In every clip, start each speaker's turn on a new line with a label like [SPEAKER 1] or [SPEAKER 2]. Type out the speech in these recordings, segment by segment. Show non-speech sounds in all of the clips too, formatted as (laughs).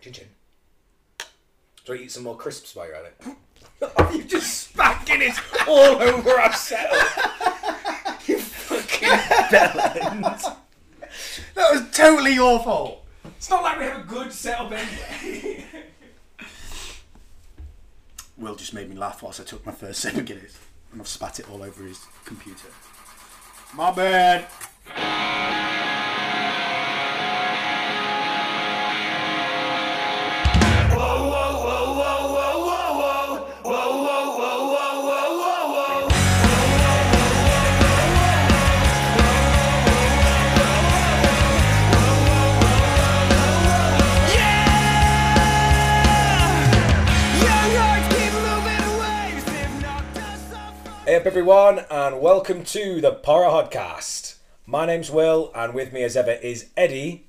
[SPEAKER 1] Chin chin. Try to eat some more crisps while you're at it. you just smacking it all over our settle. (laughs) you fucking bellend.
[SPEAKER 2] That was totally your fault.
[SPEAKER 1] It's not like we have a good setup anyway.
[SPEAKER 2] Will just made me laugh whilst I took my first sip of Guinness, and I've spat it all over his computer. My bad.
[SPEAKER 1] hey up everyone and welcome to the Para Podcast. My name's Will and with me as ever is Eddie,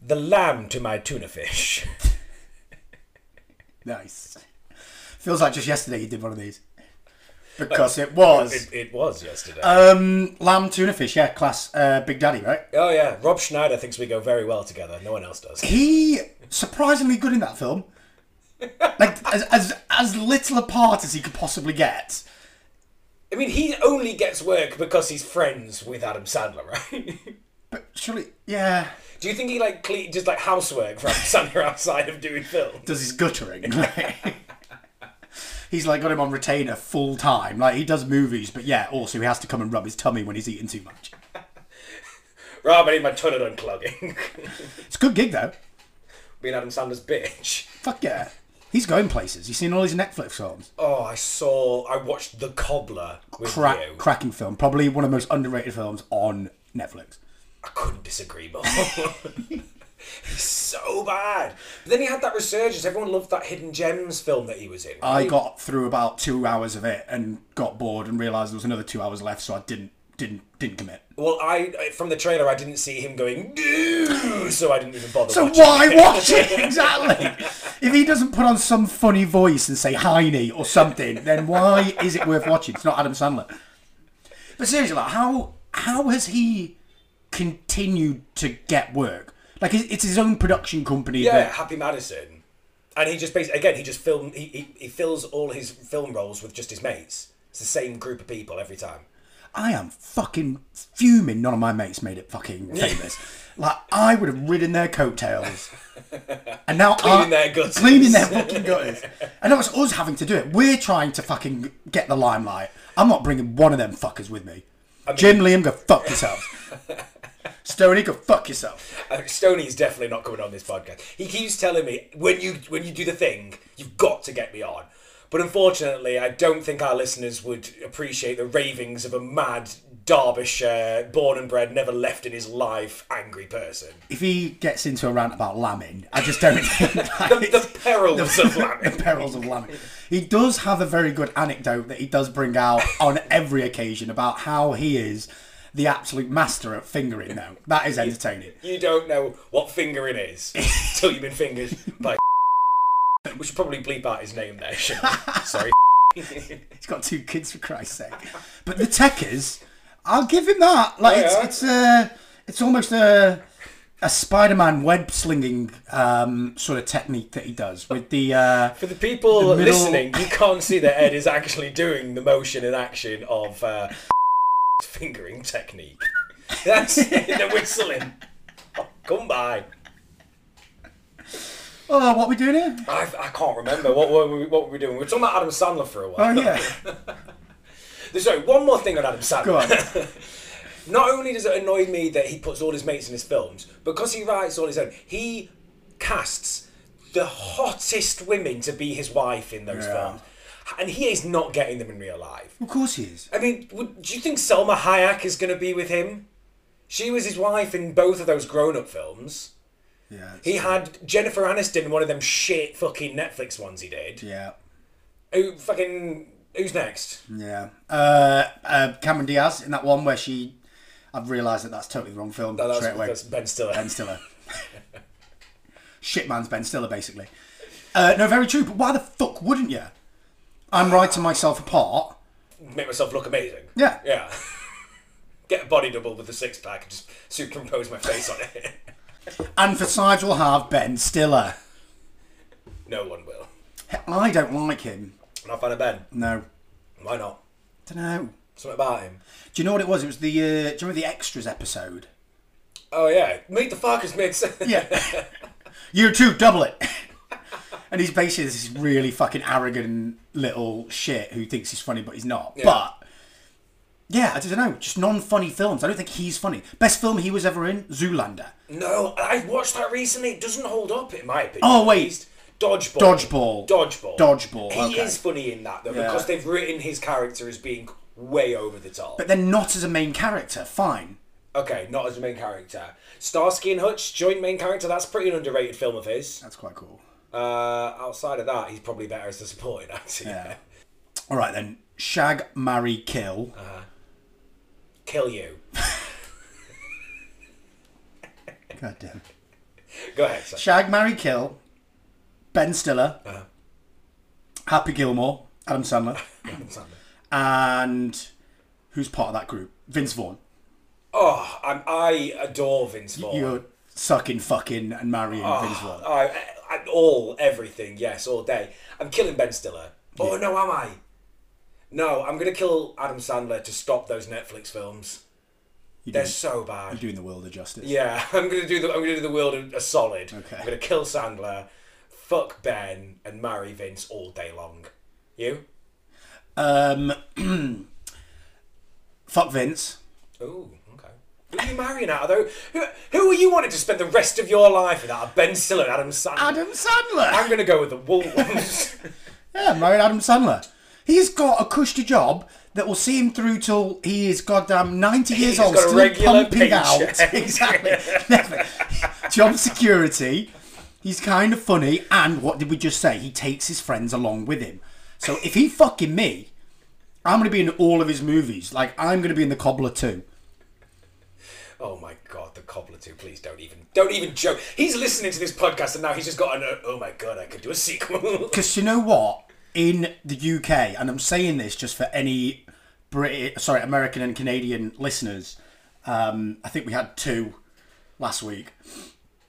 [SPEAKER 1] the lamb to my tuna fish. (laughs)
[SPEAKER 2] Nice. Feels like just yesterday you did one of these. Because it was.
[SPEAKER 1] It, it was yesterday.
[SPEAKER 2] Um, lamb tuna fish, yeah, class. Uh, Big Daddy, right?
[SPEAKER 1] oh yeah, Rob Schneider thinks we go very well together. No one else does.
[SPEAKER 2] He surprisingly good in that film. Like as as as little a part as he could possibly get.
[SPEAKER 1] I mean, he only gets work because he's friends with Adam Sandler, right?
[SPEAKER 2] But surely, yeah,
[SPEAKER 1] Do you think he like cle- just like housework (laughs) for Adam Sandler outside of doing film?
[SPEAKER 2] does his guttering. (laughs) like- he's like got him on retainer full time. Like he does movies, but yeah, also he has to come and rub his tummy when he's eating too much.
[SPEAKER 1] Rob, I need my toilet (laughs) unclogging.
[SPEAKER 2] It's a good gig though.
[SPEAKER 1] Being Adam Sandler's bitch.
[SPEAKER 2] Fuck yeah, he's going places. You've seen all his Netflix films.
[SPEAKER 1] Oh, I saw. I watched The Cobbler with you.
[SPEAKER 2] Crack, cracking film, probably one of the most underrated films on Netflix.
[SPEAKER 1] I couldn't disagree more. (laughs) He's so bad. But then he had that resurgence. Everyone loved that Hidden Gems film that he was in.
[SPEAKER 2] I got through about two hours of it and got bored and realised there was another two hours left, so I didn't didn't didn't commit.
[SPEAKER 1] well, I from the trailer, I didn't see him going no, so I didn't even bother.
[SPEAKER 2] So
[SPEAKER 1] watching
[SPEAKER 2] why
[SPEAKER 1] it.
[SPEAKER 2] watch it exactly? if he doesn't put on some funny voice and say Heine or something, then why is it worth watching? It's not Adam Sandler. But seriously, like, how how has he continued to get work? Like it's it's his own production company.
[SPEAKER 1] Yeah,
[SPEAKER 2] that-
[SPEAKER 1] Happy Madison. And he just basically again he just film he, he, he fills all his film roles with just his mates. It's the same group of people every time.
[SPEAKER 2] I am fucking fuming. None of my mates made it fucking famous. like I would have ridden
[SPEAKER 1] (laughs)
[SPEAKER 2] their coattails, and now
[SPEAKER 1] Cleaning
[SPEAKER 2] I-
[SPEAKER 1] their gutters.
[SPEAKER 2] cleaning
[SPEAKER 1] (laughs)
[SPEAKER 2] their fucking gutters. And now it's us having to do it. We're trying to fucking get the limelight. I'm not bringing one of them fuckers with me. Jim Liam, go fuck yourself. Stoney, go fuck yourself.
[SPEAKER 1] Uh, Stoney's definitely not coming on this podcast. He keeps telling me when you when you do the thing, you've got to get me on. But unfortunately, I don't think our listeners would appreciate the ravings of a mad Derbyshire, born and bred, never left in his life, angry person.
[SPEAKER 2] If he gets into a rant about lambing, I
[SPEAKER 1] (laughs)
[SPEAKER 2] just don't think that
[SPEAKER 1] The,
[SPEAKER 2] is-
[SPEAKER 1] the perils
[SPEAKER 2] (laughs)
[SPEAKER 1] of
[SPEAKER 2] the
[SPEAKER 1] Lammy.
[SPEAKER 2] perils of lambing. He does have a very good anecdote that he does bring out on every occasion about how he is the absolute master at fingering now. That is entertaining.
[SPEAKER 1] You don't know what fingering is until you've been fingered by. (laughs) we should probably bleep out his name there. shouldn't we? Sorry.
[SPEAKER 2] He's got two kids for Christ's sake. But the techers, I'll give him that. Like
[SPEAKER 1] Oh, Yeah.
[SPEAKER 2] it's it's uh it's almost a a Spider-Man web slinging um, sort of technique that he does with the uh,
[SPEAKER 1] For the people
[SPEAKER 2] The middle-
[SPEAKER 1] listening, you can't see that Ed is actually doing the motion and action of uh, (laughs) fingering technique. That's it, the whistling. Oh, come by.
[SPEAKER 2] oh what are we doing here?
[SPEAKER 1] I, I can't remember what were we what were we doing. We were talking about Adam Sandler for a
[SPEAKER 2] Oh
[SPEAKER 1] while.
[SPEAKER 2] yeah,
[SPEAKER 1] Sorry, one more thing on Adam Sandler.
[SPEAKER 2] go on.
[SPEAKER 1] Not only does it annoy me that he puts all his mates in his films, because he writes all his own, he casts the hottest women to be his wife in those
[SPEAKER 2] Yeah.
[SPEAKER 1] films. And he is not getting them in real life.
[SPEAKER 2] Of course he is.
[SPEAKER 1] I mean, would, do you think Selma Hayek is going to be with him? She was his wife in both of those grown-up films.
[SPEAKER 2] Yeah,
[SPEAKER 1] He had Jennifer Aniston in one of them shit fucking Netflix ones he did.
[SPEAKER 2] yeah,
[SPEAKER 1] Who fucking who's next?
[SPEAKER 2] yeah. Uh, uh, Cameron Diaz in that one where she, I've realised that that's totally the wrong film
[SPEAKER 1] Oh, that's,
[SPEAKER 2] straight away.
[SPEAKER 1] that's Ben Stiller.
[SPEAKER 2] Ben Stiller. (laughs) Shit man's Ben Stiller, basically. Uh, no, very true. But why the fuck wouldn't you? I'm writing myself apart.
[SPEAKER 1] Make myself look amazing.
[SPEAKER 2] Yeah.
[SPEAKER 1] Yeah. (laughs) Get a body double with a six pack and just superimpose my face on it. (laughs)
[SPEAKER 2] And for sides, we'll have Ben Stiller.
[SPEAKER 1] No one will.
[SPEAKER 2] I don't like him.
[SPEAKER 1] I'm not a fan of Ben.
[SPEAKER 2] No.
[SPEAKER 1] Why not?
[SPEAKER 2] don't know.
[SPEAKER 1] Something about him.
[SPEAKER 2] Do you know what it was? It was the. Uh, do you remember the extras episode?
[SPEAKER 1] Oh yeah, meet the Farkas made (laughs) sense.
[SPEAKER 2] Yeah. you too, double it. and he's basically this really fucking arrogant little shit who thinks he's funny, but he's not. But yeah, I don't know. Just non-funny films. I don't think he's funny. Best film he was ever in: Zoolander.
[SPEAKER 1] No, I watched that recently. It doesn't hold up, in my opinion.
[SPEAKER 2] Oh,
[SPEAKER 1] at
[SPEAKER 2] wait.
[SPEAKER 1] least. Dodgeball.
[SPEAKER 2] Dodgeball.
[SPEAKER 1] Dodgeball.
[SPEAKER 2] Dodgeball,
[SPEAKER 1] He
[SPEAKER 2] okay.
[SPEAKER 1] is funny in that though,
[SPEAKER 2] Yeah.
[SPEAKER 1] because they've written his character as being way over the top.
[SPEAKER 2] But then not as a main character. Fine.
[SPEAKER 1] okay, not as a main character. Starsky and Hutch, joint main character. That's pretty an underrated film of his.
[SPEAKER 2] That's quite cool.
[SPEAKER 1] Uh, outside of that, he's probably better as the supporting (laughs) actor.
[SPEAKER 2] Yeah. All right then. Shag, marry, kill.
[SPEAKER 1] Kill you.
[SPEAKER 2] God damn.
[SPEAKER 1] Go ahead. Sam.
[SPEAKER 2] Shag, marry, kill. Ben Stiller. Happy Gilmore. Adam Sandler. and who's part of that group? Vince Vaughn.
[SPEAKER 1] Oh, I'm, I adore Vince Vaughn.
[SPEAKER 2] You're sucking, fucking, and marrying
[SPEAKER 1] Ah.
[SPEAKER 2] Vince Vaughn.
[SPEAKER 1] I, I, I- all everything, yes, all day. I'm killing Ben Stiller. Oh no, am I? No, I'm gonna kill Adam Sandler to stop those Netflix films.
[SPEAKER 2] You're
[SPEAKER 1] They're
[SPEAKER 2] doing,
[SPEAKER 1] so bad.
[SPEAKER 2] you're doing the world a justice.
[SPEAKER 1] Yeah, (laughs) I'm gonna do the I'm gonna do the world a, a solid.
[SPEAKER 2] Okay.
[SPEAKER 1] I'm gonna kill Sandler, fuck Ben, and marry Vince all day long. You?
[SPEAKER 2] Um, (clears throat) fuck Vince.
[SPEAKER 1] Ooh, okay. Who are you marrying out of though? Who, who are you wanting to spend the rest of your life with? Out of Ben Stiller and Adam Sandler?
[SPEAKER 2] Adam Sandler.
[SPEAKER 1] I'm gonna go with the
[SPEAKER 2] (laughs)
[SPEAKER 1] Wolves.
[SPEAKER 2] Yeah, married Adam Sandler. He's got a cushy job that will see him through till he is goddamn 90 years
[SPEAKER 1] (laughs) He's
[SPEAKER 2] old,
[SPEAKER 1] got a
[SPEAKER 2] still
[SPEAKER 1] regular
[SPEAKER 2] pumping
[SPEAKER 1] paycheck.
[SPEAKER 2] out. (laughs) Exactly. Never. (laughs) job security. He's kind of funny, and what did we just say? He takes his friends along with him. So if he fucking me, I'm gonna be in all of his movies. Like I'm gonna be in The Cobbler too.
[SPEAKER 1] (laughs) Oh my god, the cobbler too. Please don't even, don't even joke. He's listening to this podcast and now he's just got an. Oh my god, I could do a sequel. (laughs)
[SPEAKER 2] Because you know what? In the UK, and I'm saying this just for any Brit, sorry, American and Canadian listeners, um, I think we had two last week.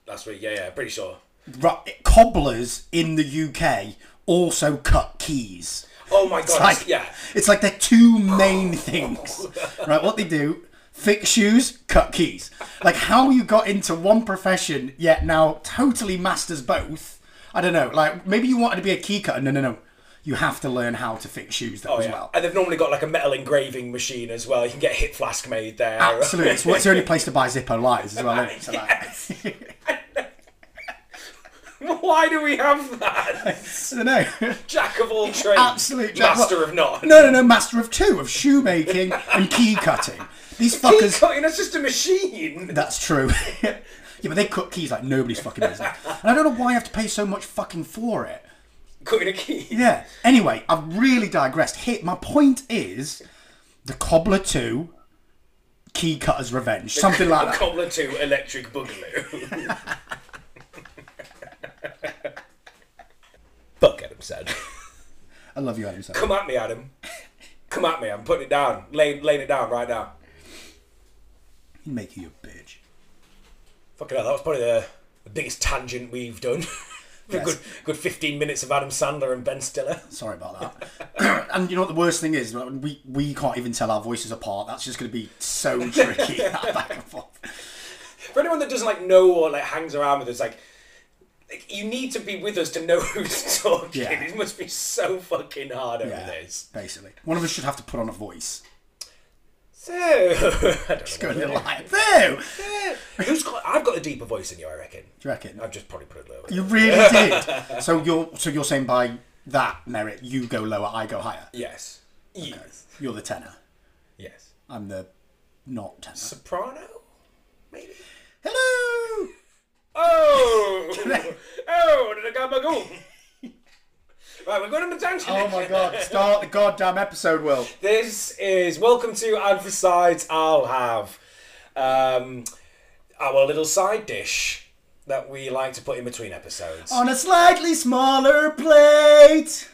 [SPEAKER 1] Last week, yeah, yeah, pretty sure.
[SPEAKER 2] Ru- Cobblers in the UK also cut keys.
[SPEAKER 1] Oh my god,
[SPEAKER 2] Like,
[SPEAKER 1] yeah.
[SPEAKER 2] It's like they're two main (laughs) things, right? What they do: fix shoes, cut keys. Like how you got into one profession yet now totally masters both. I don't know. Like maybe you wanted to be a key cutter. No, no, no. You have to learn how to fix shoes though
[SPEAKER 1] Oh,
[SPEAKER 2] as
[SPEAKER 1] yeah. (laughs)
[SPEAKER 2] well.
[SPEAKER 1] And they've normally got like a metal engraving machine as well. You can get a hip flask made there.
[SPEAKER 2] Absolutely,
[SPEAKER 1] (laughs)
[SPEAKER 2] it's, it's the only place to buy Zippo lighters as well. Isn't it? So, like-
[SPEAKER 1] Why do we have that?
[SPEAKER 2] I don't know. (laughs)
[SPEAKER 1] Jack of all trades,
[SPEAKER 2] Absolute jack-
[SPEAKER 1] master
[SPEAKER 2] what-
[SPEAKER 1] of none.
[SPEAKER 2] No, no, no. Master of two of shoemaking and key cutting. These
[SPEAKER 1] Key
[SPEAKER 2] fuckers.
[SPEAKER 1] cutting, that's just a machine.
[SPEAKER 2] That's true. (laughs) yeah, but they cut keys like nobody's fucking business. And I don't know why I have to pay so much fucking for it.
[SPEAKER 1] Cutting a key.
[SPEAKER 2] Yeah. Anyway, I've really digressed. Hit my point is the Cobbler 2 Key Cutter's Revenge. Something like that.
[SPEAKER 1] Cobbler 2 electric
[SPEAKER 2] (laughs)
[SPEAKER 1] boogaloo. Fuck Adam said.
[SPEAKER 2] I love you, Adam. Sandler.
[SPEAKER 1] Come at me, Adam. Come at me. I'm putting it down. Laying, laying it down right now.
[SPEAKER 2] He'd make you a bitch.
[SPEAKER 1] Fucking hell, that was probably the, the biggest tangent we've done. (laughs) A
[SPEAKER 2] Yes.
[SPEAKER 1] good, good 15 minutes of Adam Sandler and Ben Stiller.
[SPEAKER 2] Sorry about that. (clears throat) and you know what the worst thing is? We we can't even tell our voices apart. That's just going to be so (laughs) tricky. that back and forth.
[SPEAKER 1] For anyone that doesn't like know or like hangs around with us, like, like, you need to be with us to know who's talking.
[SPEAKER 2] Yeah.
[SPEAKER 1] It must be so fucking hard over
[SPEAKER 2] Yeah,
[SPEAKER 1] this.
[SPEAKER 2] basically, one of us should have to put on a voice.
[SPEAKER 1] So (laughs) I don't know
[SPEAKER 2] Go a
[SPEAKER 1] what
[SPEAKER 2] (laughs) little
[SPEAKER 1] we're
[SPEAKER 2] higher. There. Do
[SPEAKER 1] doing. Who's got? I've got a deeper voice than you, I reckon.
[SPEAKER 2] you reckon?
[SPEAKER 1] I've just probably put it lower.
[SPEAKER 2] You really did. So you're so you're saying by that merit, you go lower, I go higher.
[SPEAKER 1] Yes. Yes.
[SPEAKER 2] You're the tenor.
[SPEAKER 1] Yes.
[SPEAKER 2] I'm the not tenor.
[SPEAKER 1] Soprano, maybe.
[SPEAKER 2] Hello.
[SPEAKER 1] Oh!
[SPEAKER 2] (laughs)
[SPEAKER 1] oh, did I got my goal? Right, we're going on the tangent.
[SPEAKER 2] Oh my God! Start the goddamn episode, Will.
[SPEAKER 1] This is Welcome to And for Sides I'll Have um, our little side dish that we like to put in between episodes.
[SPEAKER 2] On a slightly smaller plate.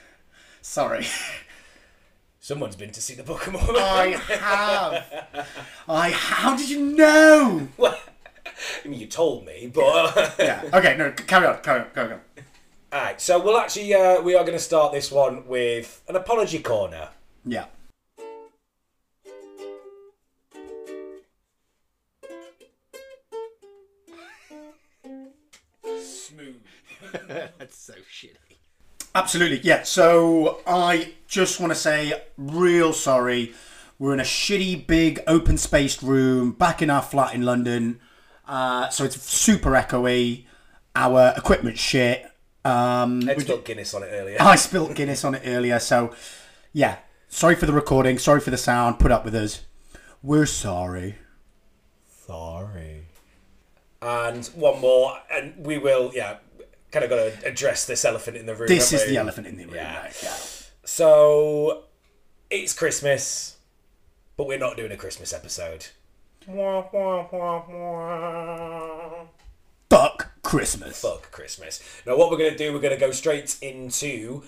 [SPEAKER 2] Sorry.
[SPEAKER 1] Someone's been to see the Book of Mormon.
[SPEAKER 2] (laughs) I
[SPEAKER 1] (laughs)
[SPEAKER 2] have. I. How did you know?
[SPEAKER 1] Well, I mean, you told me, but (laughs)
[SPEAKER 2] Yeah. Okay. No. c- Carry on. Carry on. Carry on.
[SPEAKER 1] All right, so we'll actually uh, we are going to start this one with an apology corner.
[SPEAKER 2] Yeah.
[SPEAKER 3] Smooth. (laughs) That's so shitty.
[SPEAKER 2] Absolutely, yeah. So I just want to say, real sorry. We're in a shitty big open spaced room back in our flat in London. Uh, so it's super echoey. Our equipment's shit. Um,
[SPEAKER 1] Ed stuck Guinness on it earlier.
[SPEAKER 2] I spilt Guinness on it earlier, so yeah. Sorry for the recording. Sorry for the sound. Put up with us. We're sorry.
[SPEAKER 1] Sorry. And one more, and we will, yeah, kind of got to address this elephant in the room.
[SPEAKER 2] This is
[SPEAKER 1] haven't we?
[SPEAKER 2] the elephant in the room.
[SPEAKER 1] Yeah.
[SPEAKER 2] right? Yeah.
[SPEAKER 1] So it's Christmas, but we're not doing a Christmas episode.
[SPEAKER 2] Fuck Christmas.
[SPEAKER 1] Fuck Christmas. Now, what we're going to do, we're going to go straight into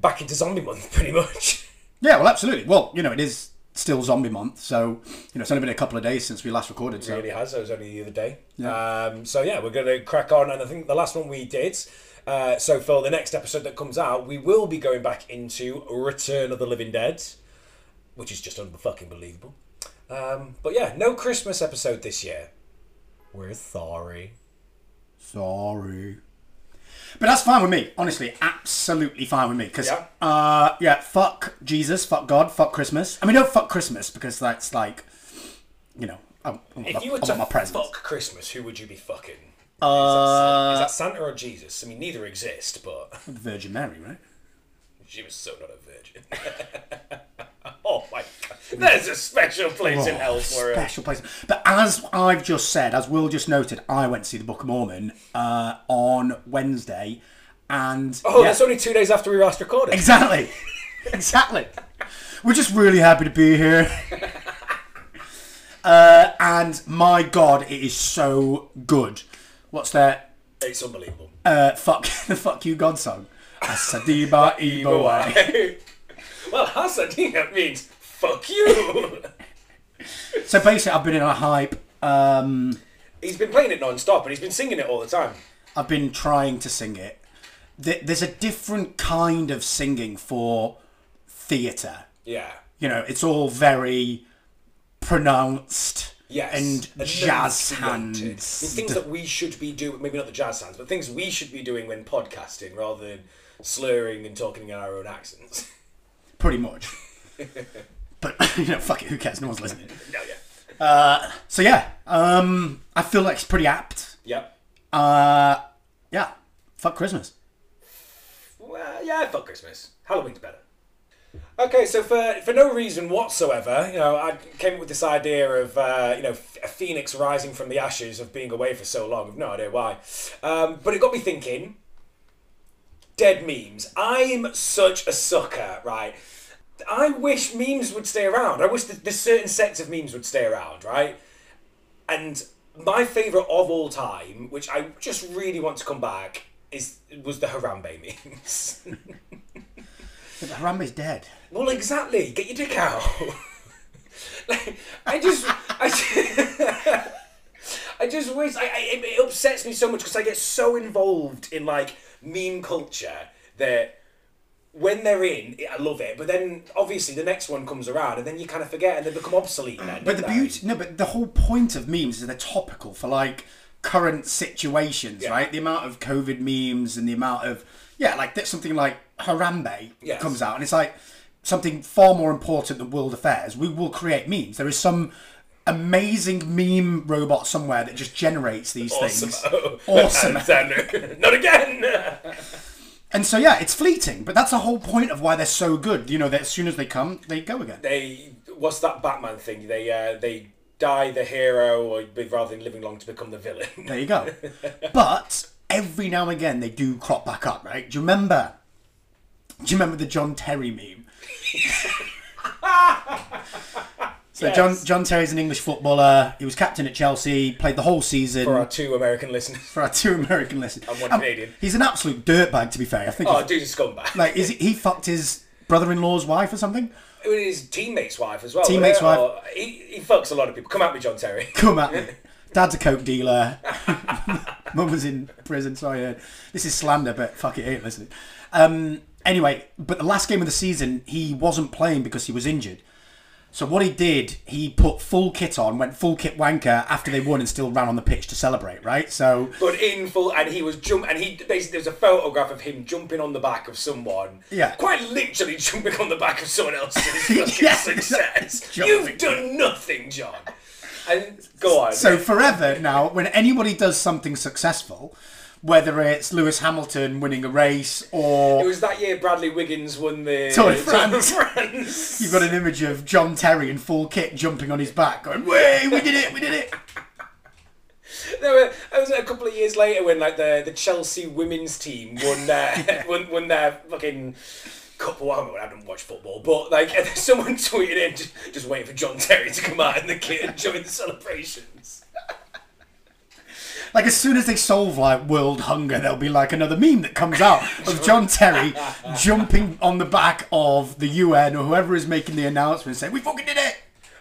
[SPEAKER 1] back into zombie month, (laughs) pretty much.
[SPEAKER 2] Yeah, well, absolutely. Well, you know, it is still zombie month, so you know it's only been a couple of days since we last recorded. So
[SPEAKER 1] really has. It was only the other day. Um, so yeah, we're going to crack on, and I think the last one we did. Uh, so for the next episode that comes out, we will be going back into Return of the Living Dead, which is just unfucking believable. Um, but yeah, no Christmas episode this year. We're sorry.
[SPEAKER 2] sorry. But that's fine with me, honestly. Absolutely fine with me. Because,
[SPEAKER 1] Yeah.
[SPEAKER 2] uh, yeah, fuck Jesus, fuck God, fuck Christmas. I mean, don't fuck Christmas because that's like, you know, I, I want, my,
[SPEAKER 1] If you were
[SPEAKER 2] I
[SPEAKER 1] to
[SPEAKER 2] want my presents.
[SPEAKER 1] fuck Christmas, who would you be fucking? Uh, is, that Santa, is that Santa or Jesus? I mean, neither exist, but (laughs)
[SPEAKER 2] Virgin Mary, right?
[SPEAKER 1] she was so not a virgin. (laughs) oh my god! There's a special place
[SPEAKER 2] Oh,
[SPEAKER 1] in hell for it.
[SPEAKER 2] Special place. But as I've just said, as Will just noted, I went to see the Book of Mormon uh, on Wednesday, and
[SPEAKER 1] Oh,
[SPEAKER 2] yeah,
[SPEAKER 1] that's only two days after we last recorded. (laughs)
[SPEAKER 2] exactly, exactly. We're just really happy to
[SPEAKER 1] (laughs)
[SPEAKER 2] be here. uh, and my God, it is so good. What's that?
[SPEAKER 1] It's unbelievable.
[SPEAKER 2] Uh, fuck (laughs) the fuck you God song.
[SPEAKER 1] (laughs)
[SPEAKER 2] Asadiba Iboai.
[SPEAKER 1] well, (laughs) Hasadina means fuck you.
[SPEAKER 2] So basically, I've been in a hype. Um,
[SPEAKER 1] (laughs) he's been playing it non-stop and he's been singing it all the time.
[SPEAKER 2] I've been trying to sing it. Th- There's a different kind of singing for theatre.
[SPEAKER 1] Yeah.
[SPEAKER 2] You know, it's all very pronounced
[SPEAKER 1] Yes.
[SPEAKER 2] and jazz
[SPEAKER 1] Enunciated. It's
[SPEAKER 2] hands.
[SPEAKER 1] things that we should be doing, maybe not the jazz hands, but things we should be doing when podcasting rather than slurring and talking in our own accents. (laughs)
[SPEAKER 2] Pretty much. but, (laughs) you know, fuck it, who cares? No one's listening.
[SPEAKER 1] no, yeah.
[SPEAKER 2] So, yeah, um, I feel like it's pretty apt.
[SPEAKER 1] Yep.
[SPEAKER 2] Uh, yeah, fuck Christmas.
[SPEAKER 1] Well, yeah, fuck Christmas. Halloween's better. Okay, so for, for no reason whatsoever, you know, I came up with this idea of, uh, you know, a phoenix rising from the ashes of being away for so long. I've no idea why. Um, but it got me thinking dead memes. I'm such a sucker, right? I wish memes would stay around. I wish that there's certain sets of memes would stay around, right? And my favourite of all time, which I just really want to come back, is was the Harambe (laughs) memes.
[SPEAKER 2] But Harambe's dead.
[SPEAKER 1] Well, exactly. Get your dick out. (laughs) like, I just, I just, I just (laughs) wish. I, I, it- it upsets me so much because I get so involved in like meme culture that when they're in, I love it. But then obviously the next one comes around, and then you kind of forget, and they become obsolete. Then,
[SPEAKER 2] But
[SPEAKER 1] don't
[SPEAKER 2] the
[SPEAKER 1] they?
[SPEAKER 2] beauty, no, but the whole point of memes is they're topical for like current situations, right? The amount of COVID memes and the amount of yeah, like that something like Harambe
[SPEAKER 1] Yes.
[SPEAKER 2] comes out, and it's like something far more important than world affairs. We will create memes. There is some amazing meme robot somewhere that just generates these
[SPEAKER 1] (laughs) Awesome.
[SPEAKER 2] things. Awesome.
[SPEAKER 1] Alexander. Not again. (laughs)
[SPEAKER 2] and so yeah, it's fleeting, but that's the whole point of why they're so good. You know, that as soon as they come, they go again.
[SPEAKER 1] they what's that Batman thing? They uh, they die the hero, or rather than living long to become the villain.
[SPEAKER 2] There
[SPEAKER 1] (laughs)
[SPEAKER 2] you go. but every now and again they do crop back up, right? Do you remember? Do you remember the John
[SPEAKER 1] (laughs)
[SPEAKER 2] Terry meme? so John John Terry's an English footballer. He was captain at Chelsea, played the whole season
[SPEAKER 1] For
[SPEAKER 2] for
[SPEAKER 1] our
[SPEAKER 2] our,
[SPEAKER 1] two American listeners.
[SPEAKER 2] two American listeners. And
[SPEAKER 1] one Canadian.
[SPEAKER 2] He's an absolute dirtbag, to be fair. I
[SPEAKER 1] (laughs)
[SPEAKER 2] think.
[SPEAKER 1] Oh,
[SPEAKER 2] (laughs) he's-
[SPEAKER 1] dude's a scumbag.
[SPEAKER 2] like, is he, he fucked his brother-in-law's wife or something?
[SPEAKER 1] It was his teammate's wife as well. uh,
[SPEAKER 2] Teammate's
[SPEAKER 1] wasn't it?
[SPEAKER 2] wife.
[SPEAKER 1] Or- he, he fucks a lot of people. Come at me, John Terry.
[SPEAKER 2] Come at me. Dad's a coke dealer. (laughs) Mum was in prison, so I heard. This is slander, but fuck it, I ain't listening. Um, anyway, but the last game of the season, he wasn't playing because he was injured. So what he did, he put full kit on, went full kit wanker after they won, and still ran on the pitch to celebrate. Right? So
[SPEAKER 1] (laughs) But in full, and he was jump, and he basically there was a photograph of him jumping on the back of someone.
[SPEAKER 2] Yeah.
[SPEAKER 1] quite literally (laughs) jumping on the back of someone
[SPEAKER 2] (laughs)
[SPEAKER 1] else to his fucking
[SPEAKER 2] Yeah, (laughs)
[SPEAKER 1] success.
[SPEAKER 2] exactly.
[SPEAKER 1] You've done nothing, John. And go on.
[SPEAKER 2] So forever now, when anybody does something successful, whether it's Lewis Hamilton winning a race
[SPEAKER 1] it
[SPEAKER 2] or
[SPEAKER 1] was that year Bradley Wiggins won the
[SPEAKER 2] Tour de France.
[SPEAKER 1] Tour de France.
[SPEAKER 2] you've got an image of John Terry in full kit jumping on his back, going, "Way, we did it, we did it."
[SPEAKER 1] There were, it was a couple of years later when like the, the Chelsea women's team won their (laughs) won, won their fucking cup. Well, I don't know, I don't watch football, but like (laughs) someone tweeted in just, just waiting for John Terry to come out in the kit and join the celebrations.
[SPEAKER 2] Like as soon as they solve like world hunger, there'll be like another meme that
[SPEAKER 1] (laughs)
[SPEAKER 2] comes out of John Terry jumping on the back of the UN or whoever is making the announcement, saying, "We fucking did it."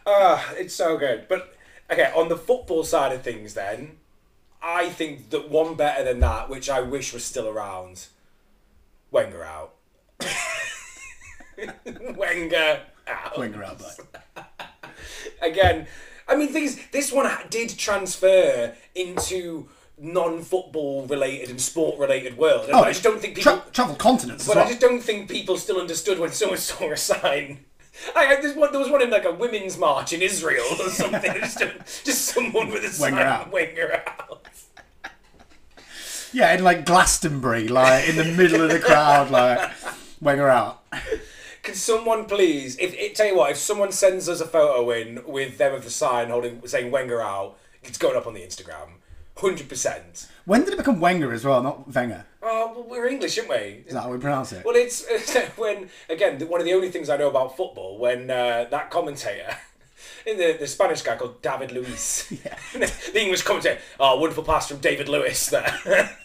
[SPEAKER 1] Ah, it's so good. But okay, on the football side of things, then I think that one better than that, which I wish was still around, Wenger out. (laughs) Wenger out.
[SPEAKER 2] Wenger out back.
[SPEAKER 1] again. I mean, things. This one ha- did transfer into non-football related and sport-related world. And Oh, I just don't think people.
[SPEAKER 2] Oh, tra- travel continents.
[SPEAKER 1] but
[SPEAKER 2] as well.
[SPEAKER 1] I just don't think people still understood when someone (laughs) saw a sign. I, I, there's one, there was one in like a women's march in Israel
[SPEAKER 2] (laughs)
[SPEAKER 1] or something. just, just someone with a sign.
[SPEAKER 2] Wenger out.
[SPEAKER 1] Wenger out.
[SPEAKER 2] Yeah, in like Glastonbury, like in the middle of the crowd, like Wenger out.
[SPEAKER 1] Can someone please? If it, tell you what, if someone sends us a photo in with them with a sign holding saying Wenger out, it's going up on the Instagram. Hundred percent.
[SPEAKER 2] When did it become Wenger as well, not Wenger?
[SPEAKER 1] Oh, well, we're English, aren't we?
[SPEAKER 2] Is that how we pronounce it?
[SPEAKER 1] Well, it's (laughs) when again the- one of the only things I know about football when uh, that commentator. (laughs) In the, the Spanish guy called David Luis. (laughs) the English commentator. Oh, wonderful pass from David Lewis there. (laughs)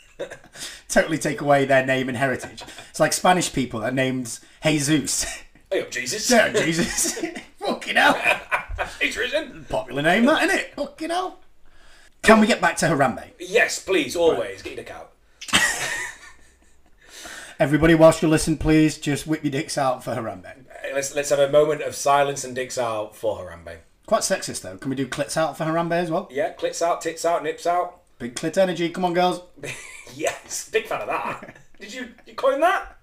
[SPEAKER 2] Totally take away their name and heritage. It's like Spanish people that are named Jesus. (laughs)
[SPEAKER 1] hey up, Jesus.
[SPEAKER 2] yeah, Jesus. (laughs) Fucking hell.
[SPEAKER 1] He's risen.
[SPEAKER 2] Popular name, that, isn't it? Fucking hell. Can we get back to Harambe?
[SPEAKER 1] Yes, please, always. Get your dick out.
[SPEAKER 2] Everybody, whilst you listen, please just whip your dicks out for Harambe.
[SPEAKER 1] Hey, Let's, let's have a moment of silence and dicks out for Harambe.
[SPEAKER 2] Quite sexist, though. Can we do clits out for Harambe as well?
[SPEAKER 1] Yeah, clits out, tits out, nips out. (laughs)
[SPEAKER 2] Big clit energy. Come on, girls.
[SPEAKER 1] Yes, big fan of that. Did you, you coin that?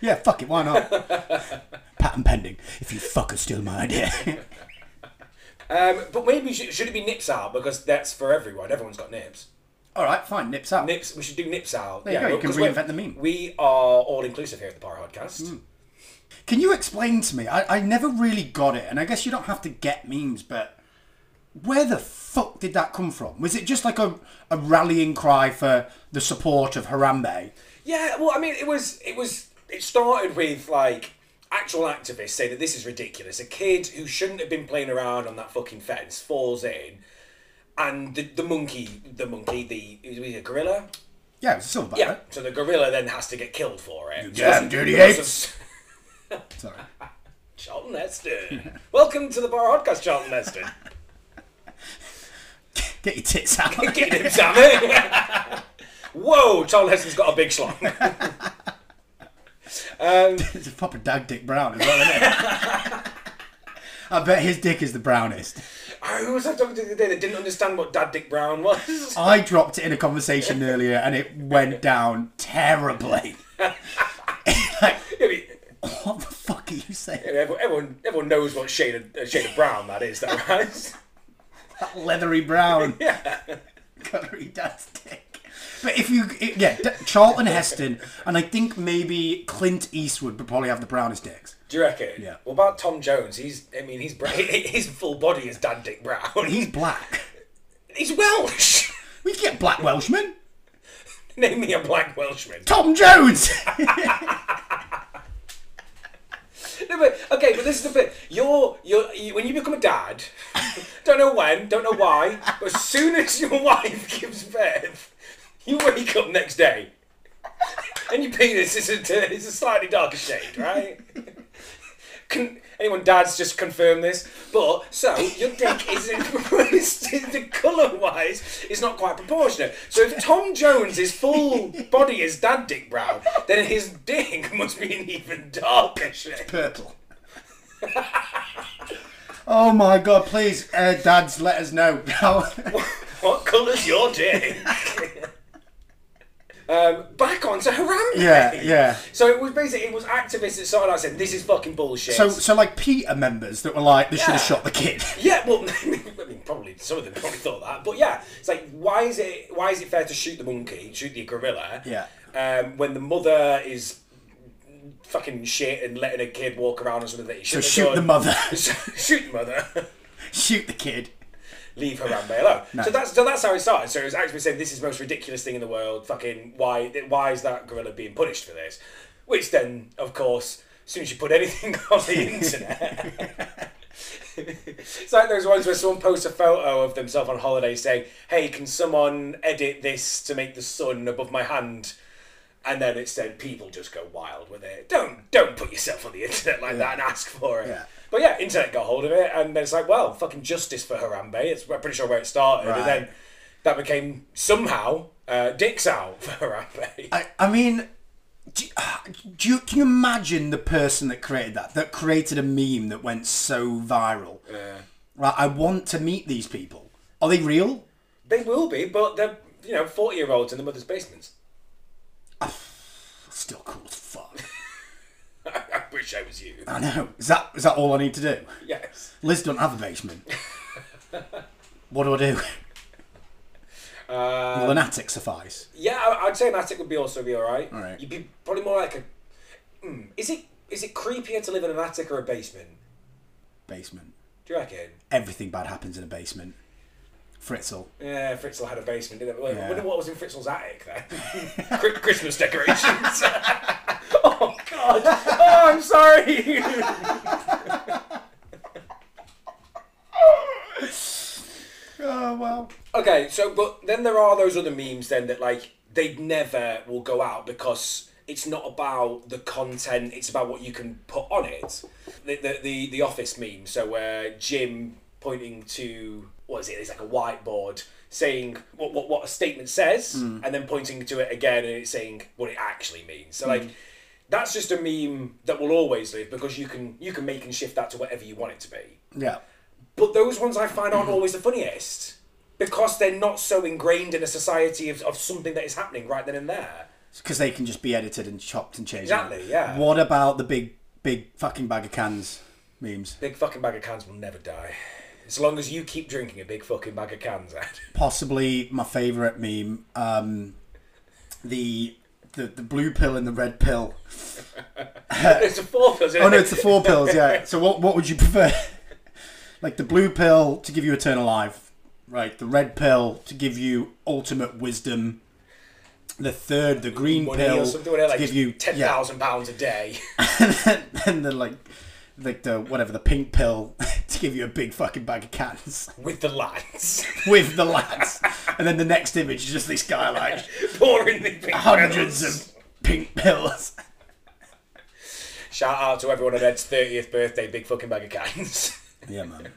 [SPEAKER 2] Yeah, fuck it. Why (laughs) not? Patent pending. If you fuckers steal my idea. (laughs)
[SPEAKER 1] Um, but maybe should, should it be nips out because that's for everyone. Everyone's got nips.
[SPEAKER 2] All right, fine. Nips out.
[SPEAKER 1] Nips. We should do nips out.
[SPEAKER 2] you go, you can
[SPEAKER 1] 'cause we're-
[SPEAKER 2] reinvent the meme. Hmm.
[SPEAKER 1] We are all inclusive here at the Power Podcast.
[SPEAKER 2] Can you explain to me? I, I never really got it, and I guess you don't have to get memes, but where the fuck did that come from? Was it just like a, a rallying cry for the support of Harambe?
[SPEAKER 1] Yeah. Well, I mean, it was. It was. It started with like actual activists say that this is ridiculous. A kid who shouldn't have been playing around on that fucking fence falls in, and the, the monkey, the monkey, the it was a gorilla.
[SPEAKER 2] Yeah, it was a silverback.
[SPEAKER 1] Yeah.
[SPEAKER 2] right?
[SPEAKER 1] So the gorilla then has to get killed for it. You
[SPEAKER 2] damn dirty apes. Sorry.
[SPEAKER 1] (laughs) Charlton Heston. Welcome to the Power Podcast, Charlton Heston. (laughs)
[SPEAKER 2] Get your tits out. (laughs)
[SPEAKER 1] Get him, Sammy. (laughs) Whoa, Charlton Heston's got a big schlong.
[SPEAKER 2] it's a proper dag dick brown as well, isn't it? I bet his dick is the brownest.
[SPEAKER 1] Who was I talking to the other day that didn't understand what Dad Dick Brown was? (laughs)
[SPEAKER 2] I dropped it in a conversation earlier and it went down terribly.
[SPEAKER 1] I mean,
[SPEAKER 2] What the fuck are you saying?
[SPEAKER 1] everyone, everyone, everyone knows what shade of, uh, shade of brown that is, though, right?
[SPEAKER 2] That leathery brown.
[SPEAKER 1] yeah.
[SPEAKER 2] cutlery dad's dick. But if you, it, yeah, D- Charlton Heston, and I think maybe Clint Eastwood would probably have the brownest dicks.
[SPEAKER 1] Do you reckon?
[SPEAKER 2] Yeah.
[SPEAKER 1] What about Tom Jones? He's, I mean, he's bra- (laughs) his full body is Dad Dick Brown. (laughs)
[SPEAKER 2] He's black.
[SPEAKER 1] he's Welsh. (laughs)
[SPEAKER 2] We could get black Welshman.
[SPEAKER 1] Name me a black Welshman.
[SPEAKER 2] Tom Jones. (laughs)
[SPEAKER 1] No, but, okay, but this is the bit. You're, you're, you, when you become a dad, (laughs) don't know when, don't know why, but as soon as your wife gives birth, you wake up next day, and your penis is a, is a slightly darker shade, right? Can anyone dads just confirm this? But so your dick isn't the colour wise is not quite proportionate. So if Tom Jones's full body is dad dick brown, then his dick must be an even darker shade.
[SPEAKER 2] Purple. oh my god, please, uh, dads, let us know.
[SPEAKER 1] What colour's your dick? um, back onto Harambe.
[SPEAKER 2] yeah, yeah.
[SPEAKER 1] So it was basically it was activists that started out saying this is fucking bullshit.
[SPEAKER 2] So, so like Peter members that were like, they should
[SPEAKER 1] Yeah.
[SPEAKER 2] have shot the kid.
[SPEAKER 1] (laughs) Yeah, well, I mean, probably some of them probably thought that, but yeah, it's like why is it why is it fair to shoot the monkey, shoot the gorilla?
[SPEAKER 2] Yeah.
[SPEAKER 1] Um, when the mother is fucking shit and letting a kid walk around or something that he
[SPEAKER 2] So
[SPEAKER 1] should
[SPEAKER 2] shoot
[SPEAKER 1] (laughs)
[SPEAKER 2] the mother,
[SPEAKER 1] shoot the mother.
[SPEAKER 2] shoot the kid.
[SPEAKER 1] Leave Harambe alone. So that's so that's how it started. So it was actually saying this is the most ridiculous thing in the world. Fucking why why is that gorilla being punished for this? Which then, of course, as soon as you put anything (laughs) on the internet, it's like those ones where someone posts a photo of themselves on holiday saying, "Hey, can someone edit this to make the sun above my hand?" And then it's then people just go wild with it. Don't don't put yourself on the internet like that and ask for it.
[SPEAKER 2] Yeah.
[SPEAKER 1] But yeah, internet got hold of it, and then it's like, well, fucking justice for Harambe. It's I'm pretty sure where it started,
[SPEAKER 2] Right.
[SPEAKER 1] and then that became somehow uh, dicks out for Harambe. (laughs)
[SPEAKER 2] I, I mean, do, do you, can you imagine the person that created that? That created a meme that went so viral. Yeah. Right, I want to meet these people. Are they real?
[SPEAKER 1] they will be, but they're you know forty year olds in the mother's basements. (laughs)
[SPEAKER 2] Still cool as fuck.
[SPEAKER 1] I wish I was you.
[SPEAKER 2] (laughs) I know. Is that is that all I need to do?
[SPEAKER 1] Yes.
[SPEAKER 2] Liz don't have a basement. what do I do?
[SPEAKER 1] Uh,
[SPEAKER 2] Will an attic suffice?
[SPEAKER 1] yeah, I, I'd say an attic would be also be all right.
[SPEAKER 2] Alright.
[SPEAKER 1] You'd be probably more like a. Mm, is it is it creepier to live in an attic or a basement?
[SPEAKER 2] Basement.
[SPEAKER 1] Do you reckon?
[SPEAKER 2] Everything bad happens in a basement. Fritzl.
[SPEAKER 1] Yeah, Fritzl had a basement, didn't it? I
[SPEAKER 2] Yeah.
[SPEAKER 1] wonder what was in Fritzl's attic (laughs) then. Chri- Christmas decorations. (laughs) oh, God. (laughs) Oh, I'm sorry.
[SPEAKER 2] Oh well.
[SPEAKER 1] okay, so, but then there are those other memes then that, like, they never will go out because it's not about the content, it's about what you can put on it. The, the, the, the office meme, so where Jim pointing to, what is it? It's like a whiteboard saying what, what, what a statement says and then pointing to it again and it's saying what it actually means. So, like, that's just a meme that will always live because you can you can make and shift that to whatever you want it to be.
[SPEAKER 2] Yeah.
[SPEAKER 1] But those ones I find
[SPEAKER 2] Mm-hmm.
[SPEAKER 1] aren't always the funniest because they're not so ingrained in a society of, of something that is happening right then and there.
[SPEAKER 2] Because they can just be edited and chopped and changed.
[SPEAKER 1] Exactly, yeah.
[SPEAKER 2] What about the big, big fucking bag of cans memes?
[SPEAKER 1] Big fucking bag of cans will never die. As long as you keep drinking a big fucking bag of cans,
[SPEAKER 2] (laughs)
[SPEAKER 1] Ed.
[SPEAKER 2] Possibly my favourite meme. Um, the, the the blue pill and the red pill.
[SPEAKER 1] There's a fourth, isn't
[SPEAKER 2] Uh, Oh no, it's the four pills. Yeah. So what what would you prefer? (laughs) like the blue pill to give you eternal life, right? The red pill to give you ultimate wisdom. The third, the green
[SPEAKER 1] Money
[SPEAKER 2] pill,
[SPEAKER 1] or something where they're
[SPEAKER 2] to
[SPEAKER 1] like
[SPEAKER 2] give you
[SPEAKER 1] ten
[SPEAKER 2] yeah,
[SPEAKER 1] thousand pounds a day.
[SPEAKER 2] (laughs) and then like like the whatever the pink pill (laughs) to give you a big fucking bag of cans (laughs)
[SPEAKER 1] with the lads.
[SPEAKER 2] with the lads and then the next image is just this
[SPEAKER 1] (laughs)
[SPEAKER 2] guy like
[SPEAKER 1] (laughs) Pouring the big
[SPEAKER 2] hundreds
[SPEAKER 1] bottles.
[SPEAKER 2] of pink pills (laughs)
[SPEAKER 1] Shout out to everyone at Ed's 30th birthday, big fucking bag of cans. (laughs)
[SPEAKER 2] yeah man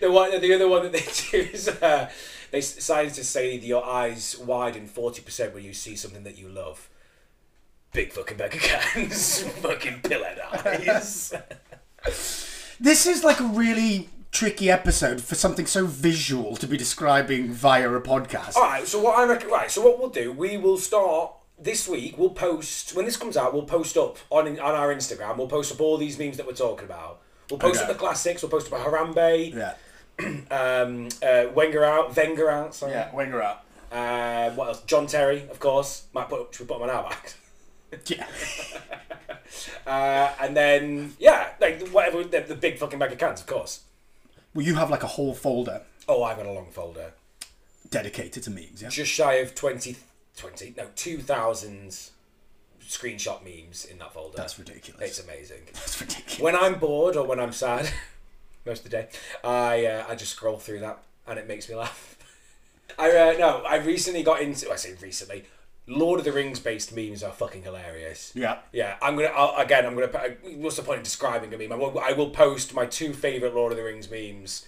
[SPEAKER 1] the one, the other one that they (laughs) do is uh, they s- decided to say that your eyes widen forty percent when you see something that you love. Big fucking bag of cans, (laughs) fucking pillhead (laughs) eyes.
[SPEAKER 2] this is like a really tricky episode for something so visual to be describing via a podcast
[SPEAKER 1] All right, so what I reckon, right, so what we'll do, we will start this week. We'll post when this comes out. We'll post up on on our Instagram. We'll post up all these memes that we're talking about. We'll post
[SPEAKER 2] Okay.
[SPEAKER 1] up the classics. We'll post up Harambe,
[SPEAKER 2] yeah
[SPEAKER 1] um, uh, Wenger out, Wenger out. Sorry.
[SPEAKER 2] yeah winger up
[SPEAKER 1] Uh, what else? John Terry, of course. Might put up. Should we put him on our back?
[SPEAKER 2] yeah
[SPEAKER 1] Uh, and then yeah, like whatever the, the big fucking bag of cans, of course.
[SPEAKER 2] well you have like a whole folder
[SPEAKER 1] Oh, I've got a long folder,
[SPEAKER 2] dedicated to memes yeah
[SPEAKER 1] just shy of 20, 20 no, two thousand screenshot memes in that folder.
[SPEAKER 2] that's ridiculous
[SPEAKER 1] It's amazing.
[SPEAKER 2] that's ridiculous
[SPEAKER 1] when I'm bored or when I'm sad, (laughs) most of the day, I uh, I just scroll (laughs) through that and it makes me laugh. I uh, no, I recently got into. I say recently. Lord of the Rings based memes are fucking hilarious.
[SPEAKER 2] Yeah.
[SPEAKER 1] Yeah, I'm gonna I'll, again. I'm gonna. p- What's the point of describing a meme? I will, I will post my two favorite Lord of the Rings memes.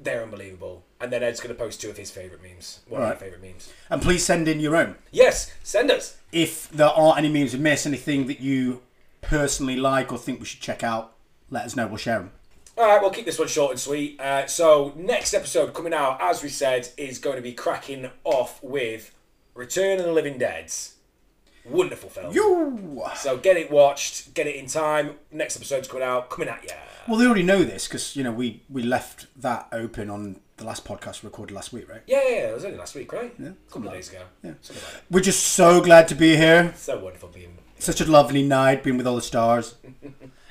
[SPEAKER 1] They're unbelievable. And then Ed's gonna post two of his favorite memes. One of
[SPEAKER 2] Right.
[SPEAKER 1] my favorite memes.
[SPEAKER 2] And please send in your own.
[SPEAKER 1] Yes, send us.
[SPEAKER 2] If there are any memes we miss, anything that you personally like or think we should check out, let us know. We'll share them.
[SPEAKER 1] All right, we'll keep this one short and sweet. Uh, so next episode coming out, as we said, is going to be cracking off with Return of the Living Dead. Wonderful film. So get it watched, get it in time. Next episode's coming out, coming at ya.
[SPEAKER 2] Well, they already know this because you know we we left that open on the last podcast we recorded last week, right?
[SPEAKER 1] Yeah, yeah, yeah, it was only last week, right? Yeah. A couple of days ago. Yeah. Something like that.
[SPEAKER 2] We're just so glad to be here.
[SPEAKER 1] So wonderful being.
[SPEAKER 2] Such a lovely night, being with all the stars.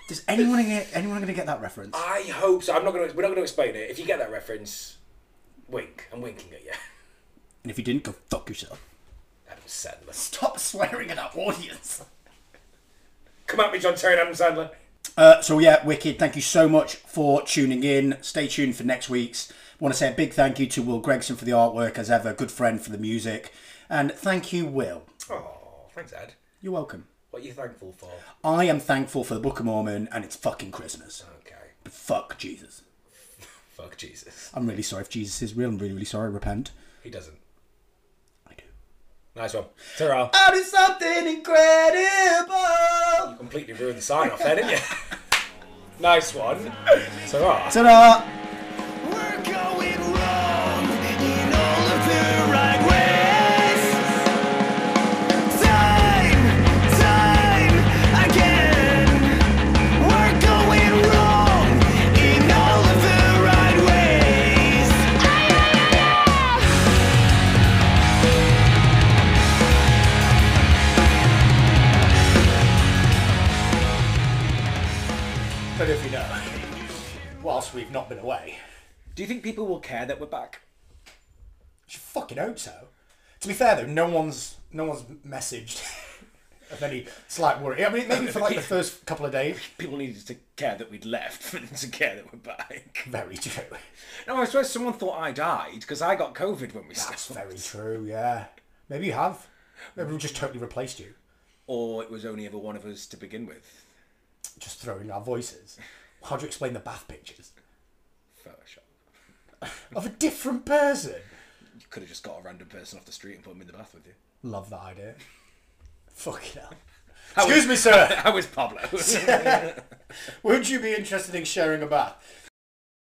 [SPEAKER 2] Does anyone get anyone going to get that reference?
[SPEAKER 1] I hope so. I'm not gonna. We're not gonna explain it. If you get that reference, wink. I'm winking at you.
[SPEAKER 2] And if you didn't, go fuck yourself.
[SPEAKER 1] (laughs) Adam Sandler.
[SPEAKER 2] Stop swearing at our audience.
[SPEAKER 1] Come at me, John Terry. and Adam Sandler.
[SPEAKER 2] Uh, so yeah, wicked. Thank you so much for tuning in. Stay tuned for next week's. Want to say a big thank you to Will Gregson for the artwork, as ever. Good friend for the music, and thank you, Will.
[SPEAKER 1] Oh, thanks, Ed.
[SPEAKER 2] You're welcome.
[SPEAKER 1] What are you thankful for?
[SPEAKER 2] I am thankful for the Book of Mormon, and it's fucking Christmas.
[SPEAKER 1] Okay.
[SPEAKER 2] But fuck Jesus.
[SPEAKER 1] Fuck Jesus.
[SPEAKER 2] I'm really sorry if Jesus is real. I'm really, really sorry. Repent.
[SPEAKER 1] He doesn't.
[SPEAKER 2] I do.
[SPEAKER 1] Nice one. ta
[SPEAKER 3] Uh.
[SPEAKER 2] I did something incredible.
[SPEAKER 1] Completely ruined the sign off there, didn't you? (laughs) nice one. ta
[SPEAKER 2] Ta-da.
[SPEAKER 4] We're going wrong in all of the right ways. Time, time again. We're going wrong in all of the right ways.
[SPEAKER 2] But if you know, (laughs) whilst we've not been away,
[SPEAKER 1] Do you think people will care that we're back?
[SPEAKER 2] I should fucking hope so. To be fair though, no one's no one's messaged (laughs) of any slight worry. I mean, maybe for like the first couple of days.
[SPEAKER 3] People needed to care that we'd left (laughs) for them to care that we're back.
[SPEAKER 2] Very true.
[SPEAKER 3] No, I suppose someone thought I died because I got COVID when we
[SPEAKER 2] That's
[SPEAKER 3] started.
[SPEAKER 2] very true. Yeah. Maybe you have. Maybe we just totally replaced you.
[SPEAKER 3] Or it was only ever one of us to begin with.
[SPEAKER 2] Just throwing our voices. How do you explain the bath pictures
[SPEAKER 3] Photoshop.
[SPEAKER 2] of a different person?
[SPEAKER 3] You could have just got a random person off the street and put them in the bath with you. (laughs)
[SPEAKER 2] Love that idea. Fucking hell.
[SPEAKER 3] How
[SPEAKER 2] Excuse
[SPEAKER 3] is-
[SPEAKER 2] me, sir.
[SPEAKER 1] (laughs)
[SPEAKER 3] How is Pablo?
[SPEAKER 2] Would you be interested in sharing a bath?